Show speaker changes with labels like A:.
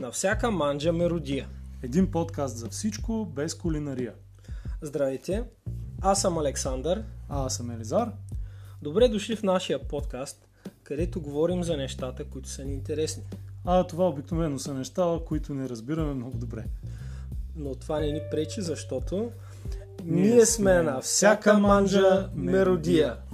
A: На всяка манджа меродия.
B: Един подкаст за всичко, без кулинария.
A: Здравейте, аз съм Александър.
B: А аз съм Елизар.
A: Добре дошли в нашия подкаст, където говорим за нещата, които са ни интересни.
B: А това обикновено са неща, които не разбираме много добре.
A: Но това не ни пречи, защото ние, сме на всяка манджа меродия.